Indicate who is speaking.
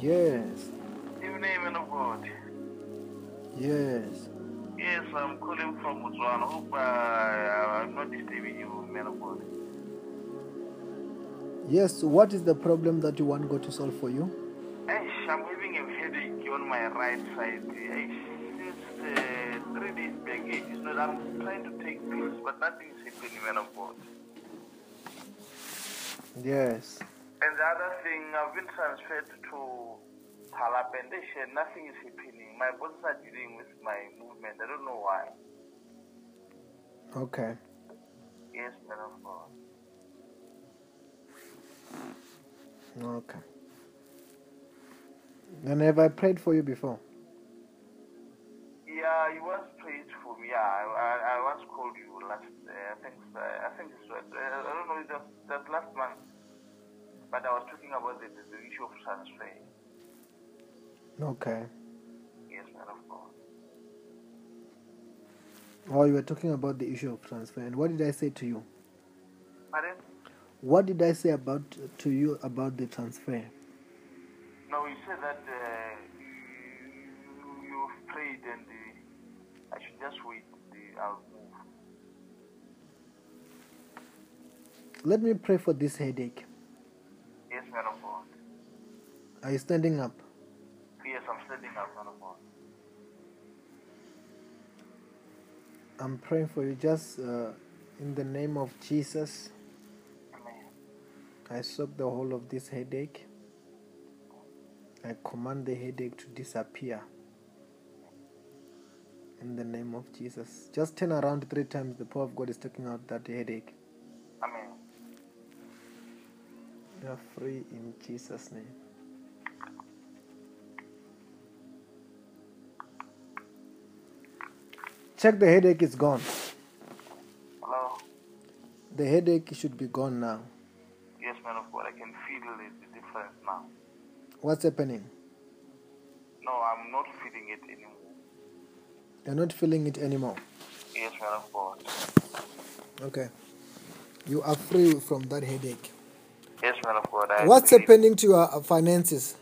Speaker 1: Yes.
Speaker 2: Your name in the world.
Speaker 1: Yes.
Speaker 2: Yes, I'm calling from Botswana. Hope uh, I'm not disturbing you, man of God.
Speaker 1: Yes. so What is the problem that you want God to solve for you?
Speaker 2: Eish, I'm having a headache on my right side. Eish, since uh, three days back, eh, it's not, I'm trying to take pills, but nothing is happening, man of God.
Speaker 1: Yes.
Speaker 2: And the other thing, I've been transferred to Palapendation. Nothing is happening. My bosses are dealing with my movement. I don't know why.
Speaker 1: Okay.
Speaker 2: Yes, man of God.
Speaker 1: Okay. And have I prayed for you before?
Speaker 2: Yeah, you was prayed for me. Yeah, I, I, I once called you last. Uh, I think uh, I think it's, uh, I don't know. It was that last month, but I was talking about the, the, the issue of transfer.
Speaker 1: Okay.
Speaker 2: Yes, man of God.
Speaker 1: Oh, you were talking about the issue of transfer. And what did I say to you?
Speaker 2: Pardon?
Speaker 1: What did I say about to you about the transfer?
Speaker 2: No, you said that uh, you you've prayed and uh, I should just wait. The, I'll move.
Speaker 1: Let me pray for this headache.
Speaker 2: Yes, man of God.
Speaker 1: Are you standing up?
Speaker 2: Yes, I'm standing up, man of God.
Speaker 1: I'm praying for you. Just uh, in the name of Jesus,
Speaker 2: Amen.
Speaker 1: I soak the whole of this headache. I command the headache to disappear. In the name of Jesus. Just turn around three times. The power of God is taking out that headache.
Speaker 2: Amen.
Speaker 1: You are free in Jesus' name. Check the headache is gone.
Speaker 2: Hello.
Speaker 1: The headache should be gone now.
Speaker 2: Yes, man of God. I can feel the, the difference now.
Speaker 1: What's happening?
Speaker 2: No, I'm not feeling it anymore.
Speaker 1: You're not feeling it anymore.
Speaker 2: Yes, man of God.
Speaker 1: Okay. You are free from that headache.
Speaker 2: Yes, man of God. I
Speaker 1: What's
Speaker 2: believe-
Speaker 1: happening to your finances?